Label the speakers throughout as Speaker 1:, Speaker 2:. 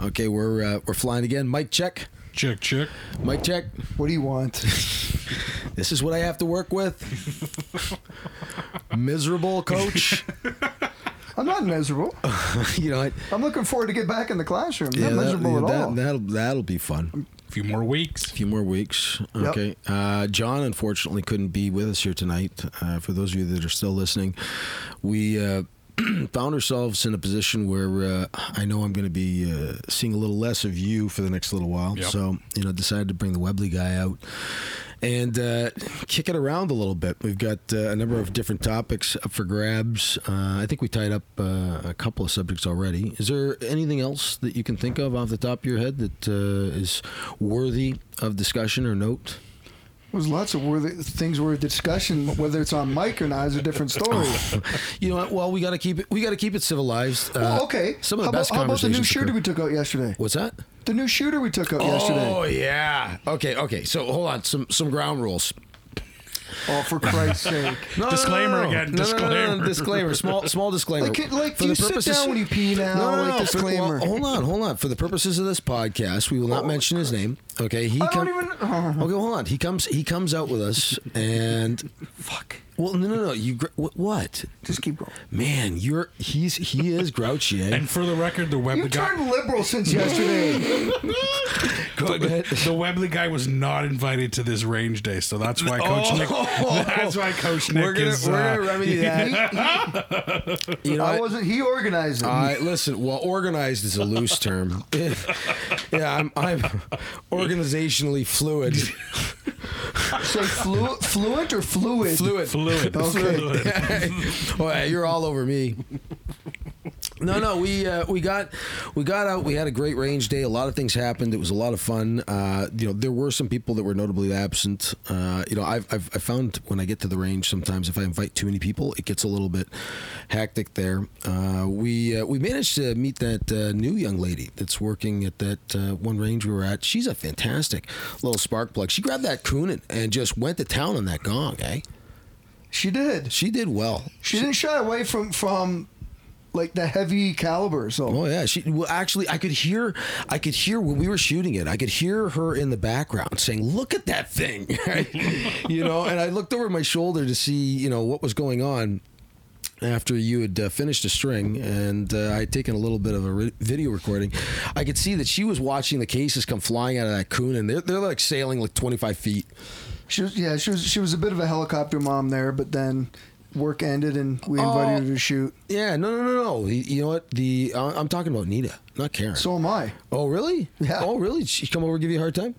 Speaker 1: Okay, we're uh, we're flying again. Mic check.
Speaker 2: Check, check.
Speaker 1: Mic check.
Speaker 3: What do you want?
Speaker 1: This is what I have to work with. Miserable coach.
Speaker 3: I'm not miserable.
Speaker 1: you know, I,
Speaker 3: I'm looking forward to get back in the classroom.
Speaker 1: yeah,
Speaker 3: not
Speaker 1: that,
Speaker 3: miserable
Speaker 1: yeah,
Speaker 3: at
Speaker 1: that,
Speaker 3: all.
Speaker 1: that'll that'll be fun.
Speaker 2: A few more weeks.
Speaker 1: A few more weeks.
Speaker 3: Yep.
Speaker 1: Okay. Uh, John unfortunately couldn't be with us here tonight. Uh, for those of you that are still listening, we uh, found ourselves in a position where uh, I know I'm going to be uh, seeing a little less of you for the next little while.
Speaker 2: Yep.
Speaker 1: So you know, decided to bring the Webley guy out and uh, kick it around a little bit. We've got uh, a number of different topics up for grabs. Uh, I think we tied up uh, a couple of subjects already. Is there anything else that you can think of off the top of your head that uh, is worthy of discussion or note?
Speaker 3: There's lots of worthy, things worth discussion. Whether it's on mic or not is a different
Speaker 1: Oh.
Speaker 3: story.
Speaker 1: You know, what? well, we got to keep it. We got to keep it civilized. Uh,
Speaker 3: well, okay.
Speaker 1: Some of
Speaker 3: how
Speaker 1: the best
Speaker 3: about, how about the
Speaker 1: conversations.
Speaker 3: new shooter
Speaker 1: occur-
Speaker 3: we took out yesterday?
Speaker 1: What's that?
Speaker 3: The new shooter we took out yesterday.
Speaker 1: Oh yeah. Okay. Okay. So hold on. Some some ground rules.
Speaker 3: Oh, for Christ's sake!
Speaker 1: No,
Speaker 2: Disclaimer
Speaker 1: no, no, no.
Speaker 2: again,
Speaker 1: No, no, no, no,
Speaker 2: disclaimer.
Speaker 1: Disclaimer. Small small disclaimer.
Speaker 3: Like, can- like,
Speaker 1: For
Speaker 3: do
Speaker 1: the
Speaker 3: you sit
Speaker 1: purposes-
Speaker 3: down when you pee now?
Speaker 1: No, no, no,
Speaker 3: Like,
Speaker 1: for- well,
Speaker 3: disclaimer. Oh,
Speaker 1: hold on, hold on. For the purposes of this podcast, we will not mention his name. Okay. He
Speaker 3: I
Speaker 1: come-
Speaker 3: don't even.
Speaker 1: Okay, hold on. He comes. He comes out with us, and
Speaker 3: fuck!
Speaker 1: well, no, no, no. You gr- wh- what?
Speaker 3: Just keep going.
Speaker 1: Man, you're he's he is grouchy. Eh?
Speaker 2: And for the record, the
Speaker 3: You
Speaker 2: Webley guy,
Speaker 3: turned liberal since yesterday.
Speaker 1: Go ahead.
Speaker 2: the Webley guy was not invited to this range day, so that's
Speaker 1: Oh.
Speaker 2: why Coach Nick.
Speaker 3: Oh.
Speaker 2: That's why Coach Nick
Speaker 1: We're gonna,
Speaker 2: is.
Speaker 1: we're
Speaker 2: uh,
Speaker 1: gonna remedy that. you know,
Speaker 3: I
Speaker 1: what?
Speaker 3: wasn't. He organized it.
Speaker 1: I listen. Well, organized is a loose term. yeah, I'm, I'm organizationally fluid.
Speaker 3: Say flu- fluent or fluid?
Speaker 1: Fluid.
Speaker 2: Fluid.
Speaker 3: Okay.
Speaker 2: Fluid.
Speaker 1: oh, yeah, you're all over me. No, no, we uh, we got we got out. We had a great range day. A lot of things happened. It was a lot of fun. Uh, you know, there were some people that were notably absent. Uh, you know, I've, I've I found when I get to the range, sometimes if I invite too many people, it gets a little bit hectic there. Uh, we uh, we managed to meet that uh, new young lady that's working at that uh, one range we were at. She's a fantastic little spark plug. She grabbed that Coonan and just went to town on that gong. Eh?
Speaker 3: She did.
Speaker 1: She did well.
Speaker 3: She didn't shy away from from like the heavy caliber. So
Speaker 1: Oh yeah, she well actually I could hear I could hear when we were shooting it. I could hear her in the background saying, "Look at that thing," you know. And I looked over my shoulder to see you know what was going on after you had uh, finished a string and uh, I had taken a little bit of a re- video recording, I could see that she was watching the cases come flying out of that coon and they're, they're like sailing like 25 feet.
Speaker 3: She was, yeah, she was she was a bit of a helicopter mom there, but then work ended and we
Speaker 1: Oh.
Speaker 3: invited her to shoot.
Speaker 1: Yeah, no, no, no, no. You, you know what? The uh, I'm talking about Nita, not Karen.
Speaker 3: So am I.
Speaker 1: oh, really?
Speaker 3: Yeah.
Speaker 1: Oh, really? Did she come over and give you a hard time?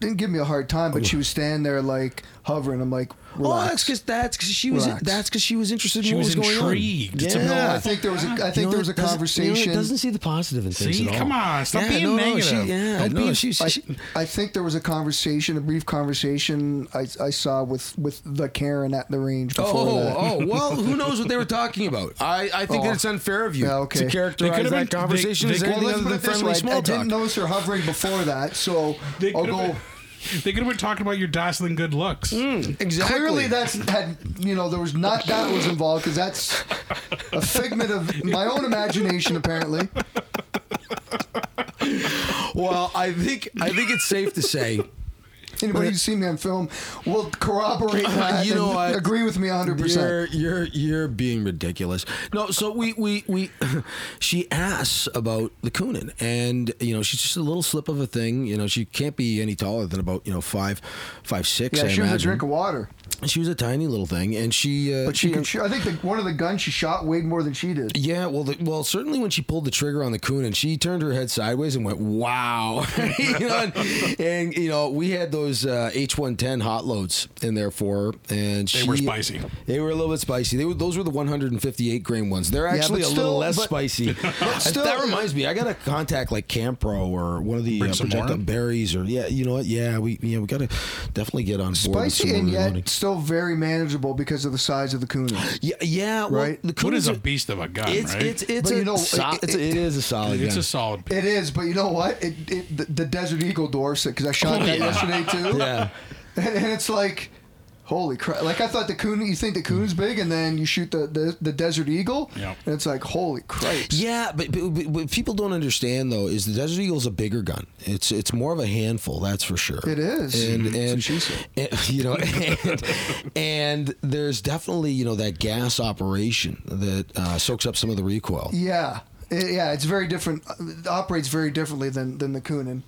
Speaker 3: Didn't give me a hard time, but she was standing there like hovering. I'm like, relax.
Speaker 1: Oh, that's because that's because she was
Speaker 3: Relax.
Speaker 1: that's because she was interested in
Speaker 2: She
Speaker 1: what
Speaker 2: was
Speaker 1: going
Speaker 2: intrigued
Speaker 1: on.
Speaker 2: to know
Speaker 3: I think there was a, I think there was a
Speaker 1: Doesn't, you
Speaker 3: conversation.
Speaker 1: know, doesn't see the positive in things
Speaker 2: See,
Speaker 1: at all.
Speaker 2: come on, stop
Speaker 1: yeah,
Speaker 2: being
Speaker 1: no, No,
Speaker 2: negative.
Speaker 1: she, yeah,
Speaker 3: Don't
Speaker 1: no,
Speaker 3: be-
Speaker 1: she's, she,
Speaker 3: I, I think there was a conversation, a brief conversation I, I saw with with the Karen at the range before
Speaker 1: oh,
Speaker 3: that.
Speaker 1: oh, well, who knows what they were talking about? I, I think
Speaker 3: Oh.
Speaker 1: that it's unfair of you
Speaker 3: Yeah, okay.
Speaker 1: to
Speaker 3: They
Speaker 1: characterize
Speaker 2: could've
Speaker 1: that
Speaker 2: been-
Speaker 1: conversation
Speaker 2: they-
Speaker 1: as
Speaker 2: they
Speaker 1: anything
Speaker 2: could've-
Speaker 1: other than
Speaker 3: Put it this
Speaker 1: friendly
Speaker 3: way, I
Speaker 1: small talk.
Speaker 3: didn't notice her hovering before that, so
Speaker 2: They
Speaker 3: I'll
Speaker 2: could've
Speaker 3: go.
Speaker 2: been- They could have been talking about your dazzling good looks.
Speaker 1: Hmm. Exactly.
Speaker 3: Clearly, that's had you know there was not that was involved because that's a figment of my own imagination apparently.
Speaker 1: well, I think I think it's safe to say.
Speaker 3: Anybody who's seen me on film will corroborate that.
Speaker 1: You know
Speaker 3: and
Speaker 1: what?
Speaker 3: agree with me 100. percent
Speaker 1: You're you're you're being ridiculous. No, so we we we she asks about the Coonan, and you know she's just a little slip of a thing. You know she can't be any taller than about you know five five six.
Speaker 3: Yeah,
Speaker 1: I
Speaker 3: she was a
Speaker 1: imagine.
Speaker 3: drink of water,
Speaker 1: She was a tiny little thing, and she uh,
Speaker 3: but she could. shoot I think the, one of the guns she shot weighed more than she did.
Speaker 1: yeah, well, the, well, certainly when she pulled the trigger on the Coonan, she turned her head sideways and went, "Wow!" you know, and, and, you know, we had those uh, H one ten hot loads in there for her, and
Speaker 2: They
Speaker 1: she,
Speaker 2: were spicy.
Speaker 1: They were a little bit spicy. They were those were the one hundred and fifty eight grain ones. They're actually
Speaker 3: but
Speaker 1: a
Speaker 3: still-
Speaker 1: little less
Speaker 3: but-
Speaker 1: spicy.
Speaker 3: still-
Speaker 1: that reminds me, I got to contact like Campro or one of the uh,
Speaker 2: Bring some more?
Speaker 1: projectile berries, or yeah, you know what? Yeah, we yeah we got to definitely get on board. with
Speaker 3: Spicy
Speaker 1: some
Speaker 3: and yet
Speaker 1: reloading.
Speaker 3: still very manageable because of the size of the Kunis.
Speaker 1: yeah, yeah, well,
Speaker 3: Right.
Speaker 1: The
Speaker 2: What
Speaker 1: Coonans
Speaker 2: is a
Speaker 1: are-
Speaker 2: beast of a gun,
Speaker 1: It's
Speaker 2: right?
Speaker 1: it's it's
Speaker 3: But
Speaker 1: a
Speaker 3: you know,
Speaker 1: so-
Speaker 3: it-
Speaker 1: it's a- it is a solid.
Speaker 2: It's
Speaker 1: gun.
Speaker 2: a solid.
Speaker 3: It is, but you know what? It, it the, the Desert Eagle dwarfs it because I shot that yesterday too.
Speaker 1: Oh, Yeah.
Speaker 3: And, and it's like, holy crap! Like I thought the coon. You think the coon's big, and then you shoot the the, the desert eagle,
Speaker 2: Yeah.
Speaker 3: and it's like holy crap.
Speaker 1: Yeah, but, but, but what people don't understand though is the Desert Eagle's a bigger gun. It's it's more of a handful, that's for sure.
Speaker 3: It is.
Speaker 1: and
Speaker 3: Mhm.
Speaker 1: and,
Speaker 3: That's what she said.
Speaker 1: and, you know, and, and there's definitely you know that gas operation that uh, soaks up some of the recoil.
Speaker 3: Yeah, It- yeah, it's very different. It operates very differently than than the Kunin.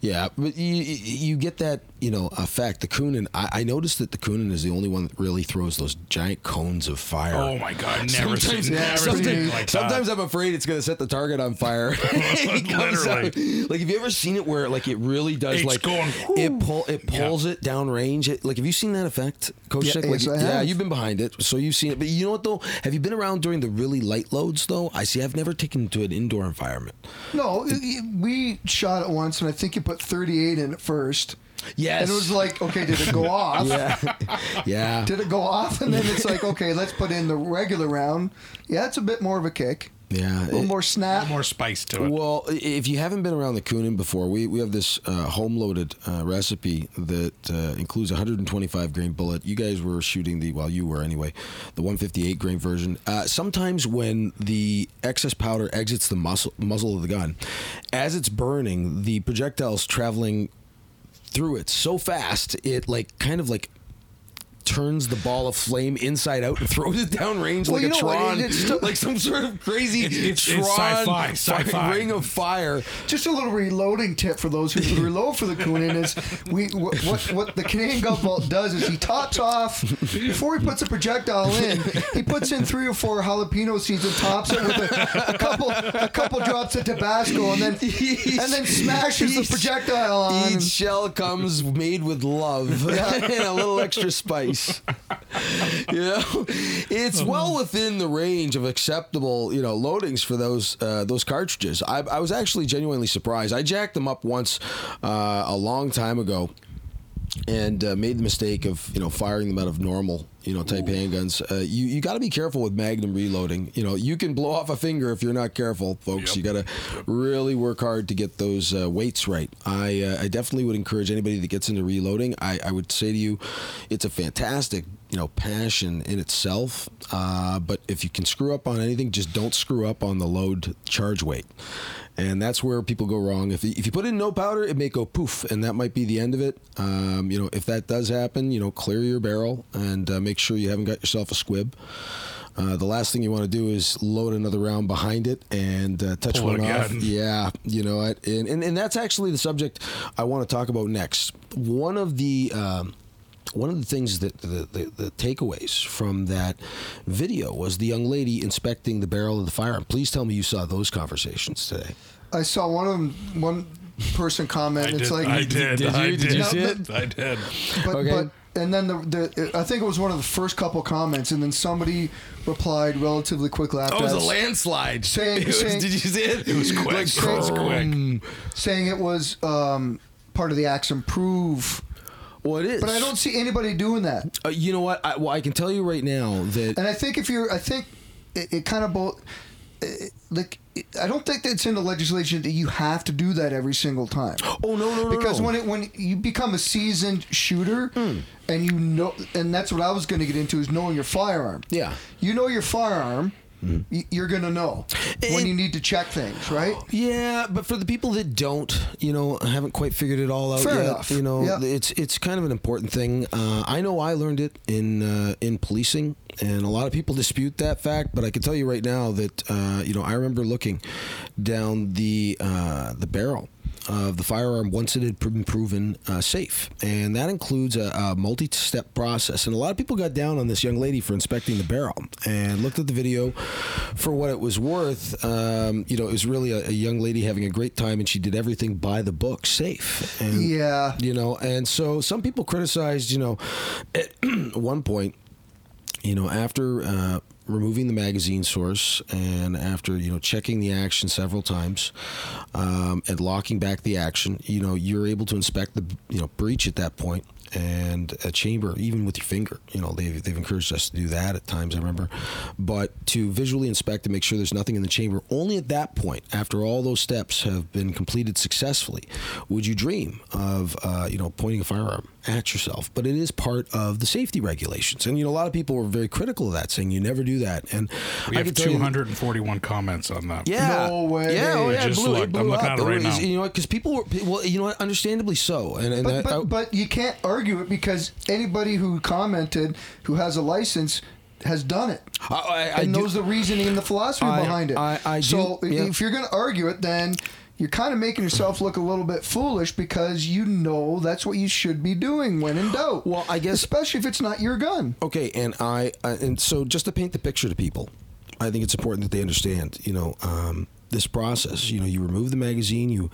Speaker 1: Yeah, but you you get that you know effect. The Kunin, I, I noticed that the Kunin is the only one that really throws those giant cones of fire.
Speaker 2: Oh my god! Never
Speaker 1: Sometimes-
Speaker 2: seen, never
Speaker 1: sometimes,
Speaker 2: seen like uh, that.
Speaker 1: sometimes I'm afraid it's going to set the target on fire. It comes out- Like, have you ever seen it where like it really does
Speaker 2: It's
Speaker 1: like
Speaker 2: going,
Speaker 1: it pull it
Speaker 2: Yeah.
Speaker 1: pulls it down range? It, like, have you seen that effect, Coach?
Speaker 3: Yeah,
Speaker 1: Nick? Like,
Speaker 3: yes, I
Speaker 1: yeah,
Speaker 3: have.
Speaker 1: you've been behind it, so you've seen it. But you know what though? Have you been around during the really light loads though? I see. I've never taken to an indoor environment.
Speaker 3: No, it- it- we shot it once, and I think you put 38 in it first.
Speaker 1: Yes.
Speaker 3: And it was like, okay, did it go off?
Speaker 1: yeah, yeah.
Speaker 3: Did it go off? And then it's like, okay, let's put in the regular round. Yeah, it's a bit more of a kick.
Speaker 1: Yeah,
Speaker 3: A little
Speaker 1: it-
Speaker 3: more snap.
Speaker 2: more spice to it.
Speaker 1: Well, i- if you haven't been around the Kunin before, we, we have this uh, home loaded uh, recipe that uh, includes 125 grain bullet. You guys were shooting the, well, you were anyway, the 158 grain version. Uh, sometimes when the excess powder exits the muscle, muzzle of the gun, as it's burning, the projectile's traveling through it so fast, it like kind of like turns the ball of flame inside out and throws it downrange
Speaker 3: Well,
Speaker 1: like
Speaker 3: you
Speaker 1: a
Speaker 3: know what?
Speaker 1: Tron,
Speaker 3: It's still-
Speaker 1: like some sort of crazy
Speaker 2: It's- it's-
Speaker 1: Tron
Speaker 2: it's sci-fi, sci-fi.
Speaker 1: ring of fire.
Speaker 3: Just a little reloading tip for those who would reload for the Kunin is we what, what what the Canadian gun vault does is he tops off before he puts a projectile in. He puts in three or four jalapeno seeds and tops it with a, a couple a couple drops of Tabasco and then and then smashes the
Speaker 1: Each-
Speaker 3: projectile on.
Speaker 1: Each shell comes made with love and a little extra spice. You know,
Speaker 3: Um,
Speaker 1: it's well within the range of acceptable, you know, loadings for those uh, those cartridges. I, I was actually genuinely surprised. I jacked them up once uh, a long time ago. and uh, made the mistake of you know firing them out of normal you know type handguns. Uh, you you got to be careful with magnum reloading. You know you can blow off a finger if you're not careful, folks.
Speaker 2: Yep.
Speaker 1: You got to really work hard to get those uh, weights right. I uh, I definitely would encourage anybody that gets into reloading. I, I would say to you, it's a fantastic you know passion in itself. Uh, but if you can screw up on anything, just don't screw up on the load charge weight. And that's where people go wrong. If, if you put in no powder, it may go poof, and that might be the end of it. Um, you know, if that does happen, you know, clear your barrel and uh, make sure you haven't got yourself a squib. Uh, the last thing you want to do is load another round behind it and uh, touch
Speaker 2: Pull
Speaker 1: one
Speaker 2: it
Speaker 1: off.
Speaker 2: again.
Speaker 1: Yeah, you know, it, and, and and that's actually the subject I want to talk about next. One of the um, one of the things that the, the, the takeaways from that video was the young lady inspecting the barrel of the firearm. Please tell me you saw those conversations today.
Speaker 3: I saw one of them, one person comment.
Speaker 2: I
Speaker 3: it's
Speaker 2: did,
Speaker 3: like
Speaker 2: I did,
Speaker 1: Did
Speaker 2: I
Speaker 1: you-
Speaker 2: did,
Speaker 1: did you
Speaker 2: I
Speaker 3: see
Speaker 2: did.
Speaker 3: it? But,
Speaker 1: Okay.
Speaker 3: but and then the, the I think it was one of the first couple comments, and then somebody replied relatively quickly after
Speaker 1: That Oh, was
Speaker 3: that,
Speaker 1: a landslide.
Speaker 3: Saying-
Speaker 1: It was-
Speaker 3: saying-
Speaker 1: did you see it?
Speaker 2: It was quick.
Speaker 1: Like,
Speaker 2: it was quick.
Speaker 3: saying it was um, part of the acts improve.
Speaker 1: Well, it is.
Speaker 3: But I don't see anybody doing that.
Speaker 1: Uh, you know what? I, well, I can tell you right now that
Speaker 3: And I think if you're, I think it, it kind of both. It, like it, I don't think that it's in the legislation that you have to do that every single time.
Speaker 1: Oh, no, no, no,
Speaker 3: Because
Speaker 1: no. Hmm.
Speaker 3: when it, when you become a seasoned shooter, and you know, and that's what I was going to get into is knowing your firearm.
Speaker 1: Yeah. Mm-hmm.
Speaker 3: you know your firearm. y- You're gonna know when
Speaker 1: It-
Speaker 3: you need to check things, right?
Speaker 1: Yeah, but for the people that don't, you know, haven't quite figured it all out
Speaker 3: Fair
Speaker 1: yet.
Speaker 3: enough.
Speaker 1: You know,
Speaker 3: Yeah.
Speaker 1: it's it's kind of an important thing. Uh, I know I learned it in uh, in policing, and a lot of people dispute that fact. But I can tell you right now that uh, you know I remember looking down the uh, the barrel of the firearm once it had been proven uh, safe. And that includes a, a multi step process. And a lot of people got down on this young lady for inspecting the barrel and looked at the video for what it was worth. Um, you know, it was really a, a young lady having a great time and she did everything by the book safe. And,
Speaker 3: Yeah.
Speaker 1: You know, and so some people criticized, you know, at one point, you know, after uh, removing the magazine source and after you know checking the action several times um, and locking back the action, you know, you're able to inspect the you know breach at that point and a chamber even with your finger you know they've, they've encouraged us to do that at times i remember but to visually inspect and make sure there's nothing in the chamber only at that point after all those steps have been completed successfully would you dream of uh, you know pointing a firearm at yourself, but it is part of the safety regulations. And you know, a lot of people were very critical of that, saying you never do that. And
Speaker 2: We
Speaker 1: I
Speaker 2: have
Speaker 1: can tell you that-
Speaker 2: 241 comments on that.
Speaker 1: yeah.
Speaker 3: No way.
Speaker 1: Yeah. Oh,
Speaker 2: I
Speaker 1: yeah. It
Speaker 2: just
Speaker 1: blew, it
Speaker 2: looked.
Speaker 1: blew
Speaker 2: I'm looking
Speaker 1: up.
Speaker 2: at it right
Speaker 1: was-
Speaker 2: now.
Speaker 1: You know what? Because people were, well, you know what? Understandably so. And, and
Speaker 3: But,
Speaker 1: I- I-
Speaker 3: but, but you can't argue it because anybody who commented who has a license has done it
Speaker 1: I, I, I
Speaker 3: and
Speaker 1: do-
Speaker 3: knows the reasoning and the philosophy
Speaker 1: I-
Speaker 3: behind it.
Speaker 1: I- I do-
Speaker 3: so i-
Speaker 1: yeah.
Speaker 3: if you're going to argue it, then you're kind of making yourself look a little bit foolish because you know that's what you should be doing when in doubt.
Speaker 1: Well, I guess-
Speaker 3: especially if it's not your gun.
Speaker 1: Okay, and I uh, and so just to paint the picture to people, I think it's important that they understand. You know, um, this process. You know, you remove the magazine, you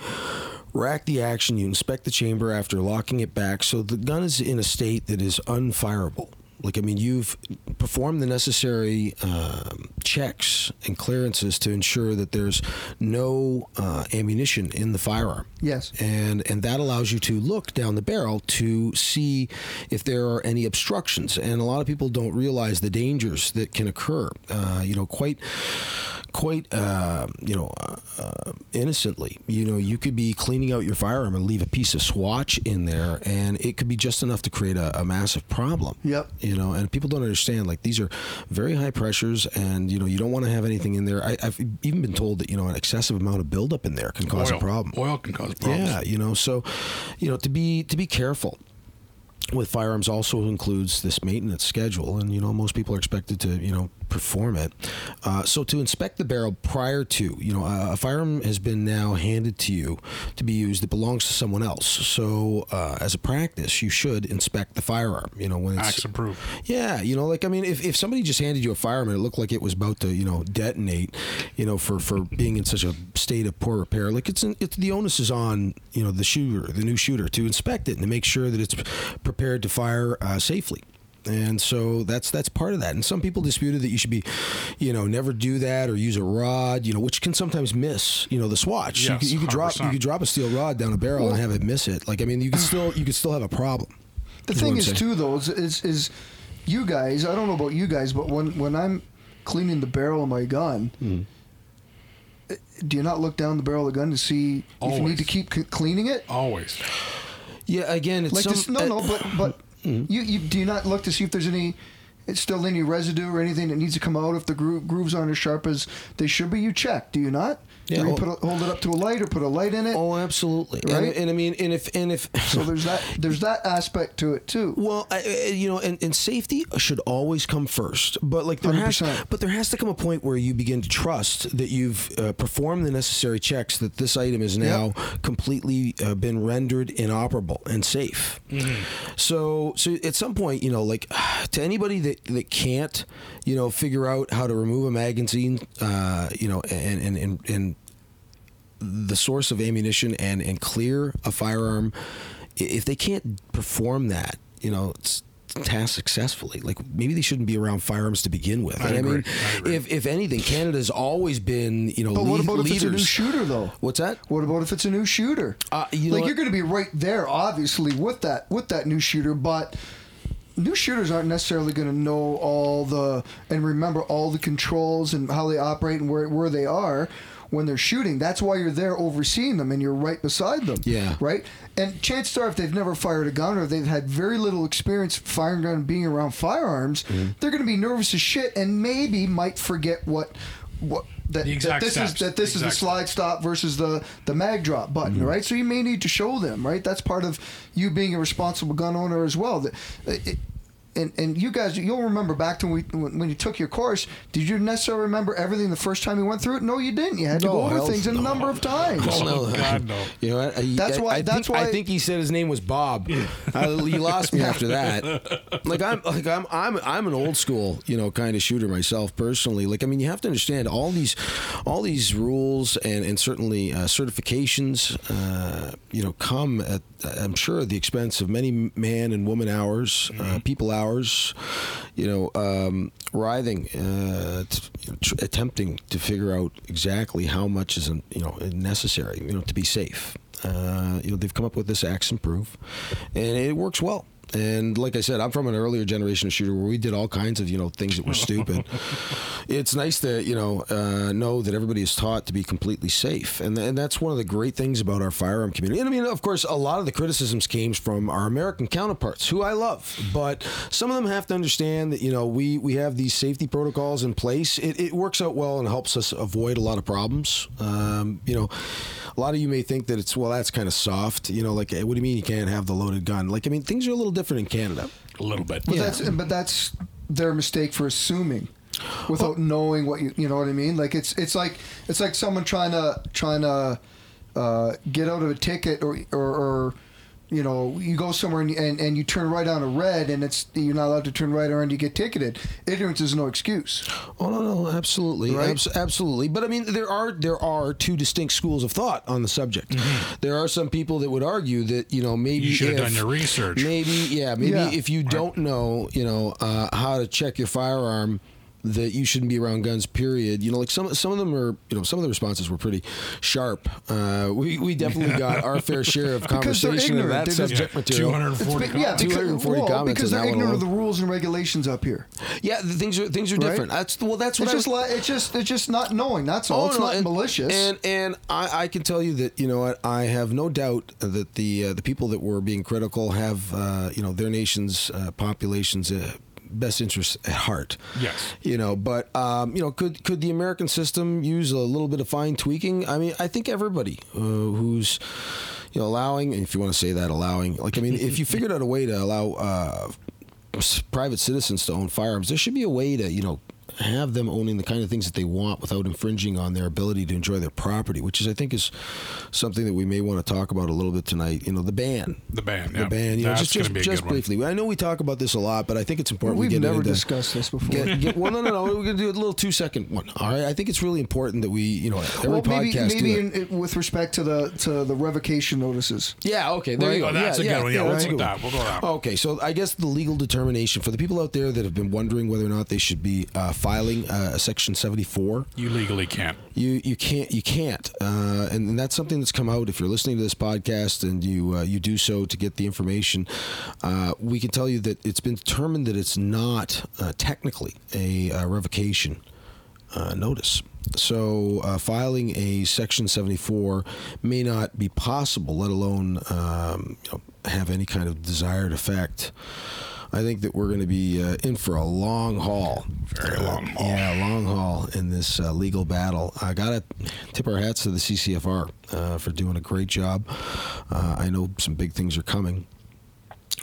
Speaker 1: rack the action, you inspect the chamber after locking it back, so the gun is in a state that is unfireable. Like I mean, you've performed the necessary um, checks and clearances to ensure that there's no uh, ammunition in the firearm
Speaker 3: Yes.
Speaker 1: and and that allows you to look down the barrel to see if there are any obstructions. And a lot of people don't realize the dangers that can occur. Uh, you know, quite quite uh, you know uh, uh, innocently. You know, you could be cleaning out your firearm and leave a piece of swatch in there, and it could be just enough to create a, a massive problem.
Speaker 3: Yep.
Speaker 1: You know, and people don't understand like these are very high pressures, and you know you don't want to have anything in there. I, I've even been told that you know an excessive amount of buildup in there can cause
Speaker 2: Oil.
Speaker 1: a problem.
Speaker 2: Oil can cause problems.
Speaker 1: Yeah, you know, so you know to be to be careful with firearms also includes this maintenance schedule, and you know most people are expected to you know perform it. Uh, so to inspect the barrel prior to you know a, a firearm has been now handed to you to be used that belongs to someone else. So uh, as a practice, you should inspect the firearm. You know when it's
Speaker 2: Acts approved.
Speaker 1: yeah, you know, like I mean, if, if somebody just handed you a fireman, it looked like it was about to, you know, detonate, you know, for, for being in such a state of poor repair. Like it's, an, it's the onus is on you know the shooter, the new shooter, to inspect it and to make sure that it's prepared to fire uh, safely. And so that's that's part of that. And some people disputed that you should be, you know, never do that or use a rod, you know, which can sometimes miss, you know, the swatch. you
Speaker 2: Yes,
Speaker 1: could, you could drop you
Speaker 2: 100%.
Speaker 1: could drop a steel rod down a barrel and have it miss it. Like I mean, you could still you could still have a problem.
Speaker 3: The
Speaker 1: is what
Speaker 3: thing
Speaker 1: I'm
Speaker 3: is,
Speaker 1: saying.
Speaker 3: too, though, is, is is you guys. I don't know about you guys, but when when I'm cleaning the barrel of my gun,
Speaker 1: Hmm.
Speaker 3: uh, do you not look down the barrel of the gun to see if you
Speaker 2: Always.
Speaker 3: need to keep c- cleaning it?
Speaker 2: Always.
Speaker 1: Yeah, again, it's
Speaker 3: Like
Speaker 1: some, eh, Hmm.
Speaker 3: this, no, no, but but you, you do you not look to see if there's any. It's still any residue or anything that needs to come out. If the gro- grooves aren't as sharp as they should be, you check. Do you not?
Speaker 1: Yeah,
Speaker 3: Or you
Speaker 1: well-
Speaker 3: put a, hold it up to a light or put a light in it.
Speaker 1: Oh, absolutely. And,
Speaker 3: Right?
Speaker 1: and I mean, and if and if
Speaker 3: So there's that. There's that aspect to it too.
Speaker 1: well, I, I- you know, and, and safety should always come first. But like there has,
Speaker 3: 100%.
Speaker 1: but there has to come a point where you begin to trust that you've uh, performed the necessary checks that this item is now completely uh, been rendered inoperable and safe.
Speaker 3: Mm-hmm.
Speaker 1: So, so at some point, you know, like to anybody that that can't, you know, figure out how to remove a magazine, uh, you know, and and and. and the source of ammunition and and clear a firearm i- if they can't perform that you know it's task successfully like maybe they shouldn't be around firearms to begin with
Speaker 2: I
Speaker 1: And
Speaker 2: agree.
Speaker 1: mean
Speaker 2: I agree.
Speaker 1: if if anything canada's always been you know
Speaker 3: But what
Speaker 1: lead-
Speaker 3: about if
Speaker 1: leaders
Speaker 3: it's a new shooter though?
Speaker 1: what's that
Speaker 3: What about if it's a new shooter?
Speaker 1: Uh, you know
Speaker 3: like
Speaker 1: what-
Speaker 3: you're going to be right there, obviously, with that with that new shooter. But new shooters aren't necessarily going to know all the and remember all the controls and how they operate and where where they are when they're shooting. That's why you're there overseeing them and you're right beside them.
Speaker 1: Yeah.
Speaker 3: Right. And chances are, if they've never fired a gun or they've had very little experience firing gun and being around firearms,
Speaker 1: Mm-hmm.
Speaker 3: they're going to be nervous as shit and maybe might forget what what that,
Speaker 2: The
Speaker 3: that
Speaker 2: exact
Speaker 3: this is
Speaker 2: steps. Mm-hmm.
Speaker 3: that this is the
Speaker 2: Exact
Speaker 3: slide slide stop versus the the mag drop button, right? So you may need to show them, right? That's part of you being a responsible gun owner as well. That it, and, and you guys, you'll remember back to when, we, when when you took your course. Did you necessarily remember everything the first time you went through it? No, you didn't. You had to
Speaker 1: No,
Speaker 3: go over
Speaker 1: hell
Speaker 3: things a
Speaker 1: no.
Speaker 3: number of times.
Speaker 2: Oh, God, no.
Speaker 1: You know, I, I-
Speaker 3: That's
Speaker 1: I-
Speaker 3: why-
Speaker 1: I
Speaker 3: that's
Speaker 1: think, I
Speaker 3: why-
Speaker 1: think he said his name was Bob. I, he lost me after that. Like I'm, like I'm, I'm, I'm an old school, you know, kind of shooter myself personally. Like I mean, you have to understand all these, all these rules and and certainly uh, certifications, uh, you know, come at I'm sure at the expense of many man and woman hours, uh, people hours, you know, um, writhing, uh, t- you know, tr- attempting to figure out exactly how much is um, you know necessary, you know, to be safe. Uh, you know, they've come up with this axe and proof, and it works well. And like I said, I'm from an earlier generation of shooter where we did all kinds of you know things that were stupid. it's nice to you know uh, know that everybody is taught to be completely safe, and and that's one of the great things about our firearm community. And I mean, of course, a lot of the criticisms came from our American counterparts, who I love, but some of them have to understand that you know we we have these safety protocols in place. It, it works out well and helps us avoid a lot of problems. Um, you know, a lot of you may think that it's well that's kind of soft. You know, like eh, what do you mean you can't have the loaded gun? Like I mean, things are a little different in Canada.
Speaker 2: a little bit.
Speaker 3: But that's but that's their mistake for assuming without knowing what you you know what I mean. Like it's it's like it's like someone trying to trying to uh, get out of a ticket or or. or you know, you go somewhere and, and, and you turn right on a red, and it's you're not allowed to turn right around. You get ticketed. Ignorance is no excuse.
Speaker 1: Oh no, no, absolutely,
Speaker 3: Right?
Speaker 1: Abs- absolutely. But I mean, there are there are two distinct schools of thought on the subject. There are some people that would argue that you know maybe
Speaker 2: Mm-hmm. You should have
Speaker 1: if-
Speaker 2: done your research.
Speaker 1: Maybe yeah, maybe
Speaker 3: Yeah.
Speaker 1: if you don't know you know uh, how to check your firearm. That you shouldn't be around guns. Period. You know, like some some of them are. You know, some of the responses were pretty sharp. Uh, we we definitely got our fair share of
Speaker 3: Because they're
Speaker 1: conversation of
Speaker 3: ignorant.
Speaker 1: that
Speaker 3: They're just-
Speaker 1: subject
Speaker 2: Two
Speaker 1: material.
Speaker 2: hundred and
Speaker 3: It's
Speaker 2: forty.
Speaker 3: be- yeah, because,
Speaker 1: 240
Speaker 3: well,
Speaker 1: comments
Speaker 3: because
Speaker 1: on
Speaker 3: they're
Speaker 1: that one
Speaker 3: ignorant of the
Speaker 1: alone.
Speaker 3: rules and regulations up here.
Speaker 1: Yeah, the things are things are
Speaker 3: Right?
Speaker 1: different. That's well, that's what
Speaker 3: It's
Speaker 1: I was
Speaker 3: just li- it's just it's just not knowing. That's all. it's
Speaker 1: Oh, no,
Speaker 3: not
Speaker 1: and-
Speaker 3: malicious.
Speaker 1: And and I, I can tell you that you know what I have no doubt that the uh, the people that were being critical have uh, you know their nation's uh, populations. Uh, best interests at heart
Speaker 2: Yes.
Speaker 1: you know but um, you know could could the american system use a little bit of fine tweaking i mean i think everybody uh, who's you know allowing if you want to say that allowing like i mean if you figured out a way to allow uh, s- private citizens to own firearms, there should be a way to, you know, have them owning the kind of things that they want without infringing on their ability to enjoy their property, which is, I think, is something that we may want to talk about a little bit tonight. You know, the ban.
Speaker 2: The ban,
Speaker 1: The
Speaker 2: yeah.
Speaker 1: ban. You know,
Speaker 2: That's
Speaker 1: just
Speaker 2: gonna
Speaker 1: just,
Speaker 2: be a
Speaker 1: just
Speaker 2: good one.
Speaker 1: briefly. I know we talk about this a lot, but I think it's important
Speaker 3: We've
Speaker 1: we get
Speaker 3: never
Speaker 1: into,
Speaker 3: discussed this before.
Speaker 1: Get, get, well, no, no, no. We're going to do a little two second one. All right. I think it's really important that we, you know, every
Speaker 3: well, maybe
Speaker 1: podcast. do
Speaker 3: maybe
Speaker 1: that.
Speaker 3: in, in- with respect to the to the revocation notices.
Speaker 1: Yeah. Okay. There
Speaker 3: Right.
Speaker 1: you go.
Speaker 2: Oh, that's
Speaker 1: yeah,
Speaker 2: a good
Speaker 1: yeah,
Speaker 2: one. Yeah,
Speaker 1: yeah,
Speaker 2: we'll
Speaker 1: that's a
Speaker 2: take
Speaker 1: good
Speaker 2: that.
Speaker 1: one.
Speaker 2: We'll go that one.
Speaker 1: Okay. So I guess the legal determination for the people out there that have been wondering whether or not they should be uh, filing uh, Section seventy four.
Speaker 2: You legally can't.
Speaker 1: You you can't you can't, uh, and, and that's something that's come out. If you're listening to this podcast and you uh, you do so to get the information, uh, we can tell you that it's been determined that it's not uh, technically a uh, revocation uh, notice. So uh, filing a Section 74 may not be possible, let alone um, you know, have any kind of desired effect. I think that we're going to be uh, in for a long haul.
Speaker 2: Very long haul.
Speaker 1: Yeah, long haul in this uh, legal battle. I gotta tip our hats to the CCFR uh, for doing a great job. Uh, I know some big things are coming.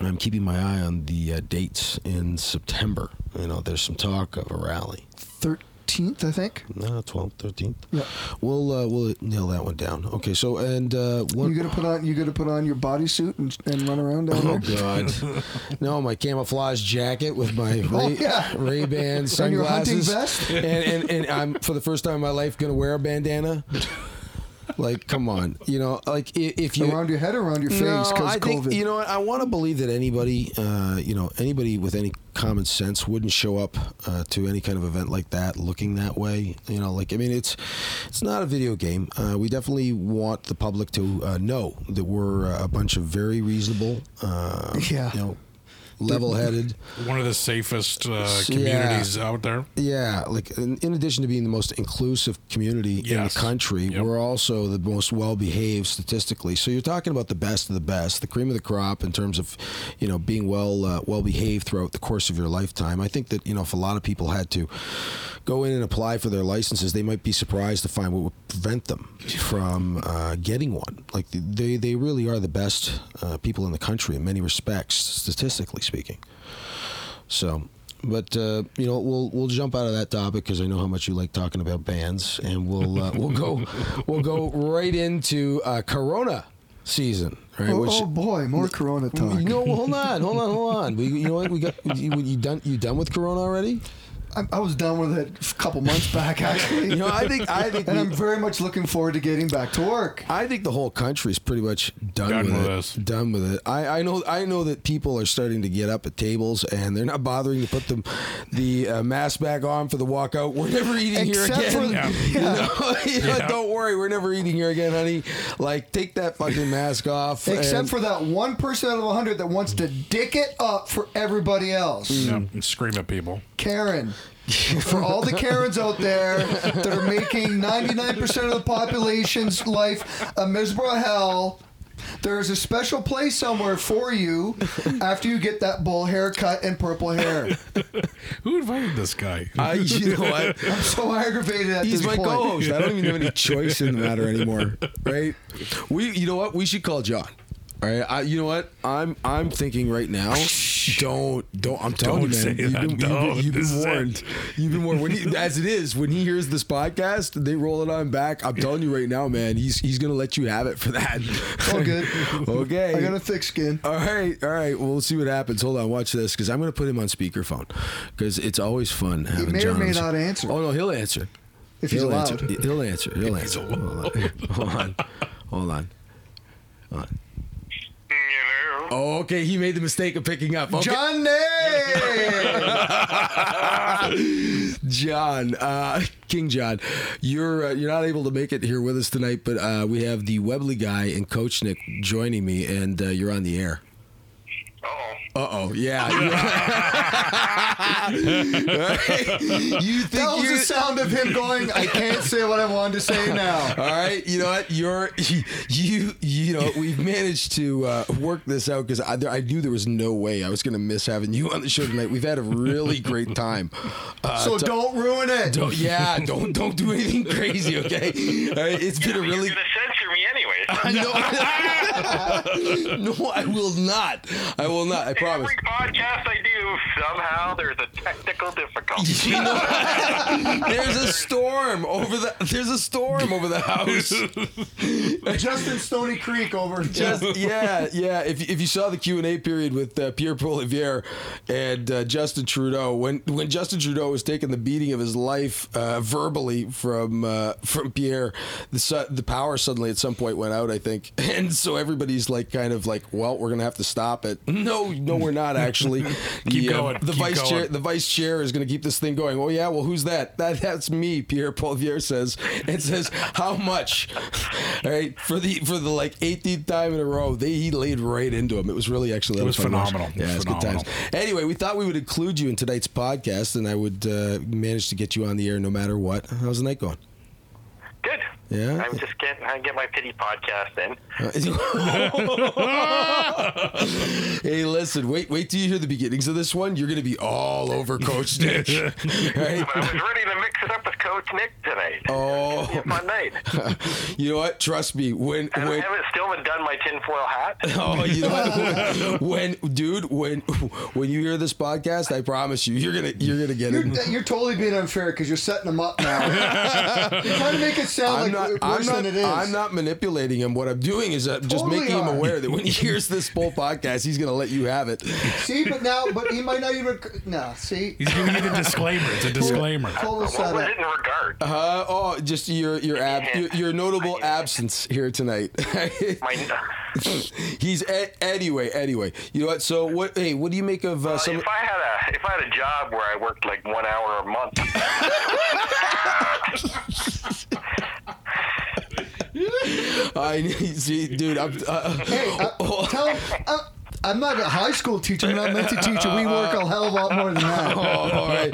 Speaker 1: I'm keeping my eye on the uh, dates in September. You know, there's some talk of a rally.
Speaker 3: Thirteenth, I think.
Speaker 1: No, 12th, 13th.
Speaker 3: Yeah.
Speaker 1: We'll uh, we'll nail that one down. Okay, so and uh, what?
Speaker 3: You gotta put on you gotta put on your bodysuit and, and run around down
Speaker 1: Oh
Speaker 3: there.
Speaker 1: God! no, my camouflage jacket with my Ray,
Speaker 3: Oh, yeah.
Speaker 1: Ray Ban sunglasses,
Speaker 3: your hunting vest?
Speaker 1: and, and and I'm for the first time in my life gonna wear a bandana. like, come on, you know, like i- if you
Speaker 3: Around your head, around your face,
Speaker 1: no,
Speaker 3: because
Speaker 1: I
Speaker 3: COVID.
Speaker 1: think you know. what, I want to believe that anybody, uh, you know, anybody with any common sense wouldn't show up uh, to any kind of event like that looking that way. You know, like I mean, it's it's not a video game. Uh, we definitely want the public to uh, know that we're uh, a bunch of very reasonable, uh,
Speaker 3: Yeah.
Speaker 1: you know, level-headed.
Speaker 2: One of the safest uh,
Speaker 1: S- yeah.
Speaker 2: communities out there.
Speaker 1: Yeah, like in, in addition to being the most inclusive community in the
Speaker 2: Yes.
Speaker 1: country,
Speaker 2: Yep.
Speaker 1: we're also the most well-behaved statistically. So you're talking about the best of the best, the cream of the crop in terms of, you know, being well uh, well-behaved throughout the course of your lifetime. I think that you know if a lot of people had to go in and apply for their licenses, they might be surprised to find what would prevent them from uh, getting one. Like they they really are the best uh, people in the country in many respects, statistically speaking. So, but uh, you know, we'll we'll jump out of that topic because I know how much you like talking about bands, and we'll uh, we'll go we'll go right into uh, Corona season, right?
Speaker 3: oh,
Speaker 1: Which-
Speaker 3: oh, boy, more Corona talk.
Speaker 1: you know, hold on, hold on, hold on. We, you know what? We got you, you done. You done with Corona already?
Speaker 3: I, I was done with it a couple months back, actually.
Speaker 1: You know, I think I think
Speaker 3: and
Speaker 1: we-
Speaker 3: I'm very much looking forward to getting back to work.
Speaker 1: I think the whole country's pretty much done,
Speaker 2: Done
Speaker 1: with,
Speaker 2: with
Speaker 1: it.
Speaker 2: us.
Speaker 1: Done with it. I, I know. I know that people are starting to get up at tables and they're not bothering to put them the uh, mask back on for the walkout. We're never eating here
Speaker 3: Except
Speaker 1: again.
Speaker 3: for-
Speaker 2: Yeah.
Speaker 1: You know? You know,
Speaker 2: Yeah.
Speaker 1: Don't worry, we're never eating here again, honey. Like, take that fucking mask off.
Speaker 3: Except
Speaker 1: and-
Speaker 3: for that one person out of 100 that wants to dick it up for everybody else.
Speaker 2: Yeah,
Speaker 1: Hmm.
Speaker 2: and scream at people.
Speaker 3: Karen. For all the Karens out there that are making 99% of the population's life a miserable hell, there is a special place somewhere for you after you get that bull haircut and purple hair.
Speaker 2: Who invited this guy?
Speaker 1: I, you know what?
Speaker 3: I'm so aggravated at
Speaker 1: He's
Speaker 3: this
Speaker 1: my
Speaker 3: point.
Speaker 1: co-host. I don't even have any choice in the matter anymore, right? We, you know what? We should call John. All right. I, you know what? I'm I'm thinking right now. Don't don't. I'm telling
Speaker 2: Don't
Speaker 1: you, man.
Speaker 2: say
Speaker 1: you've,
Speaker 2: that.
Speaker 1: Been, you've been-
Speaker 2: Don't.
Speaker 1: you've been,
Speaker 2: This is it.
Speaker 1: warned. You've been warned. When he, as it is, when he hears this podcast, they roll it on back. I'm telling you right now, man. He's he's gonna let you have it for that.
Speaker 3: All good.
Speaker 1: okay.
Speaker 3: I got a thick skin.
Speaker 1: All right, all right. Well, we'll see what happens. Hold on, watch this because I'm going to put him on speakerphone because it's always fun having
Speaker 3: may or
Speaker 1: John
Speaker 3: may
Speaker 1: on-
Speaker 3: not answer.
Speaker 1: Oh no, he'll answer
Speaker 3: If he's
Speaker 1: he'll
Speaker 3: allowed.
Speaker 1: Answer. He'll answer. He'll answer. Hold on, hold on, hold on.
Speaker 4: Hello.
Speaker 1: Oh, okay. He made the mistake of picking up. Okay.
Speaker 3: John Nay!
Speaker 1: John, uh, King John, you're uh, you're not able to make it here with us tonight, but uh, we have the Webley guy and Coach Nick joining me, and uh, you're on the air.
Speaker 4: Oh,
Speaker 1: Uh oh, yeah. you think
Speaker 3: That was
Speaker 1: you
Speaker 3: the sound of him going, I can't say what I wanted to say now.
Speaker 1: All right, you know what? You're you you know we've managed to uh, work this out because I, there- I knew there was no way I was going to miss having you on the show tonight. We've had a really great time. Uh,
Speaker 3: So
Speaker 1: to-
Speaker 3: don't ruin it.
Speaker 1: don't- yeah, don't don't do anything crazy, okay? All right, it's been a
Speaker 4: you're
Speaker 1: really
Speaker 4: gonna censor me anyway.
Speaker 1: no, no, I will not. I will not. I promise.
Speaker 4: Every podcast I do, somehow there's a technical difficulty.
Speaker 1: You know what? there's a storm over the there's a storm over the house.
Speaker 3: Just in Stony Creek over.
Speaker 1: Just yeah, yeah. If, if you saw the Q and A period with uh, Pierre Polivier and uh, Justin Trudeau, when when Justin Trudeau was taking the beating of his life uh, verbally from uh, from Pierre, the su- the power suddenly at some point went out, I think, and so everybody's like kind of like, well, we're gonna have to stop it. No, no, we're not actually.
Speaker 2: Keep
Speaker 1: the, uh,
Speaker 2: going,
Speaker 1: the
Speaker 2: keep
Speaker 1: vice chair,
Speaker 2: going.
Speaker 1: the vice chair is going to keep this thing going. Oh yeah, well who's that? That that's me, Pierre Polvier says, and says how much? All right, for the for the like 18th time in a row, they he laid right into him. It was really actually that
Speaker 2: was
Speaker 1: fun to watch.
Speaker 2: phenomenal. It
Speaker 1: Yeah,
Speaker 2: was
Speaker 1: it's good times.
Speaker 2: phenomenal.
Speaker 1: Anyway, we thought we would include you in tonight's podcast, and I would uh, manage to get you on the air no matter what. How's the night going?
Speaker 4: Good.
Speaker 1: Yeah.
Speaker 4: I'm just getting I get my pity podcast in.
Speaker 1: Uh, hey, listen, wait, wait till you hear the beginnings of this one. You're going to be all over Coach Nick. right?
Speaker 4: I was ready to mix it up with Coach Nick tonight.
Speaker 1: Oh.
Speaker 4: It's gonna be a fun night.
Speaker 1: you know what? Trust me. When
Speaker 4: And I
Speaker 1: when
Speaker 4: haven't still haven't done my tinfoil hat.
Speaker 1: oh, you know what? When, when- dude when when you hear this podcast, I promise you, you're gonna you're gonna get
Speaker 3: You're,
Speaker 1: it.
Speaker 3: you're totally being unfair because you're setting them up now. you're trying to make it sound
Speaker 1: I'm
Speaker 3: like
Speaker 1: not,
Speaker 3: worse
Speaker 1: I'm,
Speaker 3: than
Speaker 1: not,
Speaker 3: it is.
Speaker 1: I'm not manipulating him. What I'm doing is I'm just
Speaker 3: Totally
Speaker 1: making
Speaker 3: are.
Speaker 1: him aware that when he hears this whole podcast, he's going to let you have it.
Speaker 3: See, but now, but he might not even. No, see,
Speaker 2: He's giving you the disclaimer. It's a disclaimer.
Speaker 3: total
Speaker 4: What was
Speaker 3: setup.
Speaker 4: it in regard?
Speaker 1: Uh, oh, just your your, ab- your your notable absence here tonight.
Speaker 4: My uh,
Speaker 1: he's a- anyway, anyway. You know what? So what? Hey, what do you make of uh, some?
Speaker 4: if I had a if I had a job where I worked like one hour a month,
Speaker 1: I see, dude. I'm, uh,
Speaker 3: Hey, uh, tell him. Uh, I'm not a high school teacher. I'm not meant to teach. We work a hell of a lot more than
Speaker 1: Oh,
Speaker 3: that.
Speaker 1: all right.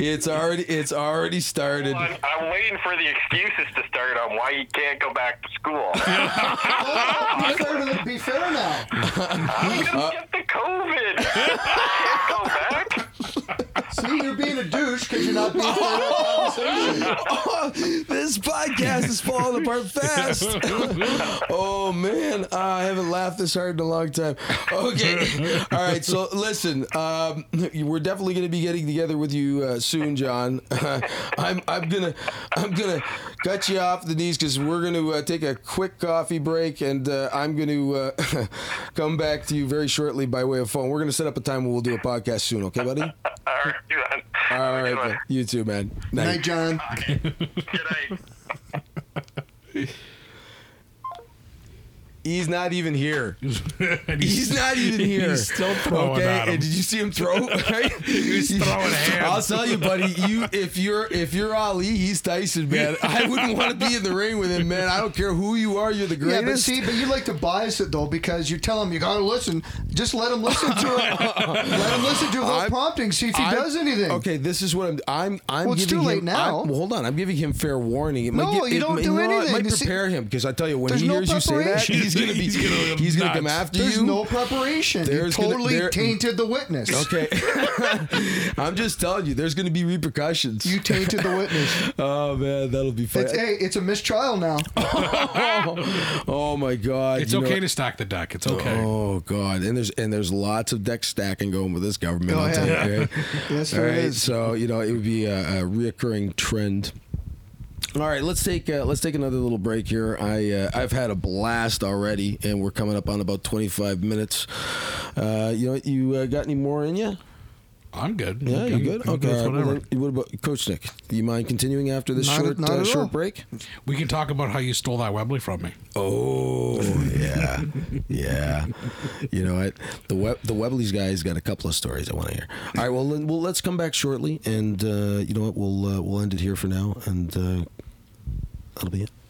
Speaker 1: It's already it's already started.
Speaker 4: I'm, I'm waiting for the excuses to start on why you can't go back to school.
Speaker 3: Be fair, to the, be fair now.
Speaker 4: I'm
Speaker 1: Uh.
Speaker 4: gonna get the COVID. go back.
Speaker 3: See, you're being a douche because you're not being fair. to the conversation.
Speaker 1: Oh, this podcast is falling apart fast. oh man, I haven't laughed this hard in a long time. Okay, all right. So listen, um, we're definitely going to be getting together with you uh, soon, John. I'm I'm gonna I'm gonna cut you off the knees because we're going to uh, take a quick coffee break, and uh, I'm going to uh, come back to you very shortly by way of phone. We're going to set up a time where we'll do a podcast soon. Okay, buddy.
Speaker 4: All right,
Speaker 1: All right,
Speaker 4: one.
Speaker 1: man. you too, man.
Speaker 3: Night,
Speaker 1: Night.
Speaker 3: John.
Speaker 4: Good night.
Speaker 1: He's not even here.
Speaker 2: And
Speaker 1: He's not even here.
Speaker 2: He's still throwing
Speaker 1: okay?
Speaker 2: at him.
Speaker 1: And did you see him throw? Right? he's
Speaker 2: throwing hands.
Speaker 1: I'll tell you, buddy. You if you're if you're Ali, he's Tyson, man. I wouldn't want to be in the ring with him, man. I don't care who you are. You're the
Speaker 3: Yeah,
Speaker 1: greatest.
Speaker 3: but see, but you like to bias it though because you tell him you gotta listen. Just let him listen to it. let him listen to it without
Speaker 1: I'm-
Speaker 3: prompting. See if he
Speaker 1: I'm-
Speaker 3: does anything.
Speaker 1: Okay, this is what I'm. I'm. I'm
Speaker 3: Well, it's
Speaker 1: giving
Speaker 3: too late
Speaker 1: him,
Speaker 3: now.
Speaker 1: I'm- well, hold on. I'm giving him fair warning. It
Speaker 3: No,
Speaker 1: might, get-
Speaker 3: you
Speaker 1: it
Speaker 3: don't
Speaker 1: might-
Speaker 3: do
Speaker 1: no, It
Speaker 3: anything.
Speaker 1: might
Speaker 3: You see-
Speaker 1: prepare him because I tell you, when
Speaker 3: There's
Speaker 1: he
Speaker 3: no
Speaker 1: hears you say that,
Speaker 3: preparation.
Speaker 1: he's gonna be.
Speaker 2: He's
Speaker 1: He's gonna,
Speaker 2: gonna go
Speaker 1: come
Speaker 2: nuts.
Speaker 1: after
Speaker 3: There's
Speaker 1: you.
Speaker 3: no preparation. You
Speaker 1: There's gonna-
Speaker 3: totally
Speaker 1: there-
Speaker 3: tainted the witness.
Speaker 1: Okay, I'm just telling you, there's going to be repercussions.
Speaker 3: You tainted the witness.
Speaker 1: oh man, that'll be fun.
Speaker 3: It's hey, it's a mistrial now.
Speaker 1: oh my god,
Speaker 2: It's
Speaker 1: you know
Speaker 2: okay
Speaker 1: what?
Speaker 2: to stack the deck. It's okay.
Speaker 1: Oh god, and there's and there's lots of deck stacking going with this government.
Speaker 3: Oh,
Speaker 1: I'll
Speaker 3: yeah.
Speaker 1: tell you, okay?
Speaker 3: Yes,
Speaker 1: All
Speaker 3: there
Speaker 1: right,
Speaker 3: is.
Speaker 1: so you know it would be a, a reoccurring trend. All right, let's take uh, let's take another little break here. I uh, I've had a blast already, and we're coming up on about 25 minutes. Uh, you know, you uh, got any more in you?
Speaker 2: I'm good.
Speaker 1: Yeah, you
Speaker 2: I'm-
Speaker 1: good?
Speaker 2: I'm
Speaker 1: Okay.
Speaker 2: with
Speaker 1: all right, well,
Speaker 2: whatever.
Speaker 1: then, what about Coach Nick? Do you mind continuing after this
Speaker 3: Not-
Speaker 1: short
Speaker 3: not
Speaker 1: uh,
Speaker 3: at all.
Speaker 1: short break?
Speaker 2: We can talk about how you stole that Webley from me.
Speaker 1: Oh yeah, yeah. You know what? The Web, the Webley's guy's got a couple of stories I want to hear. All right, well, then, well, let's come back shortly, and uh, you know what? We'll uh, we'll end it here for now, and uh, that'll be it.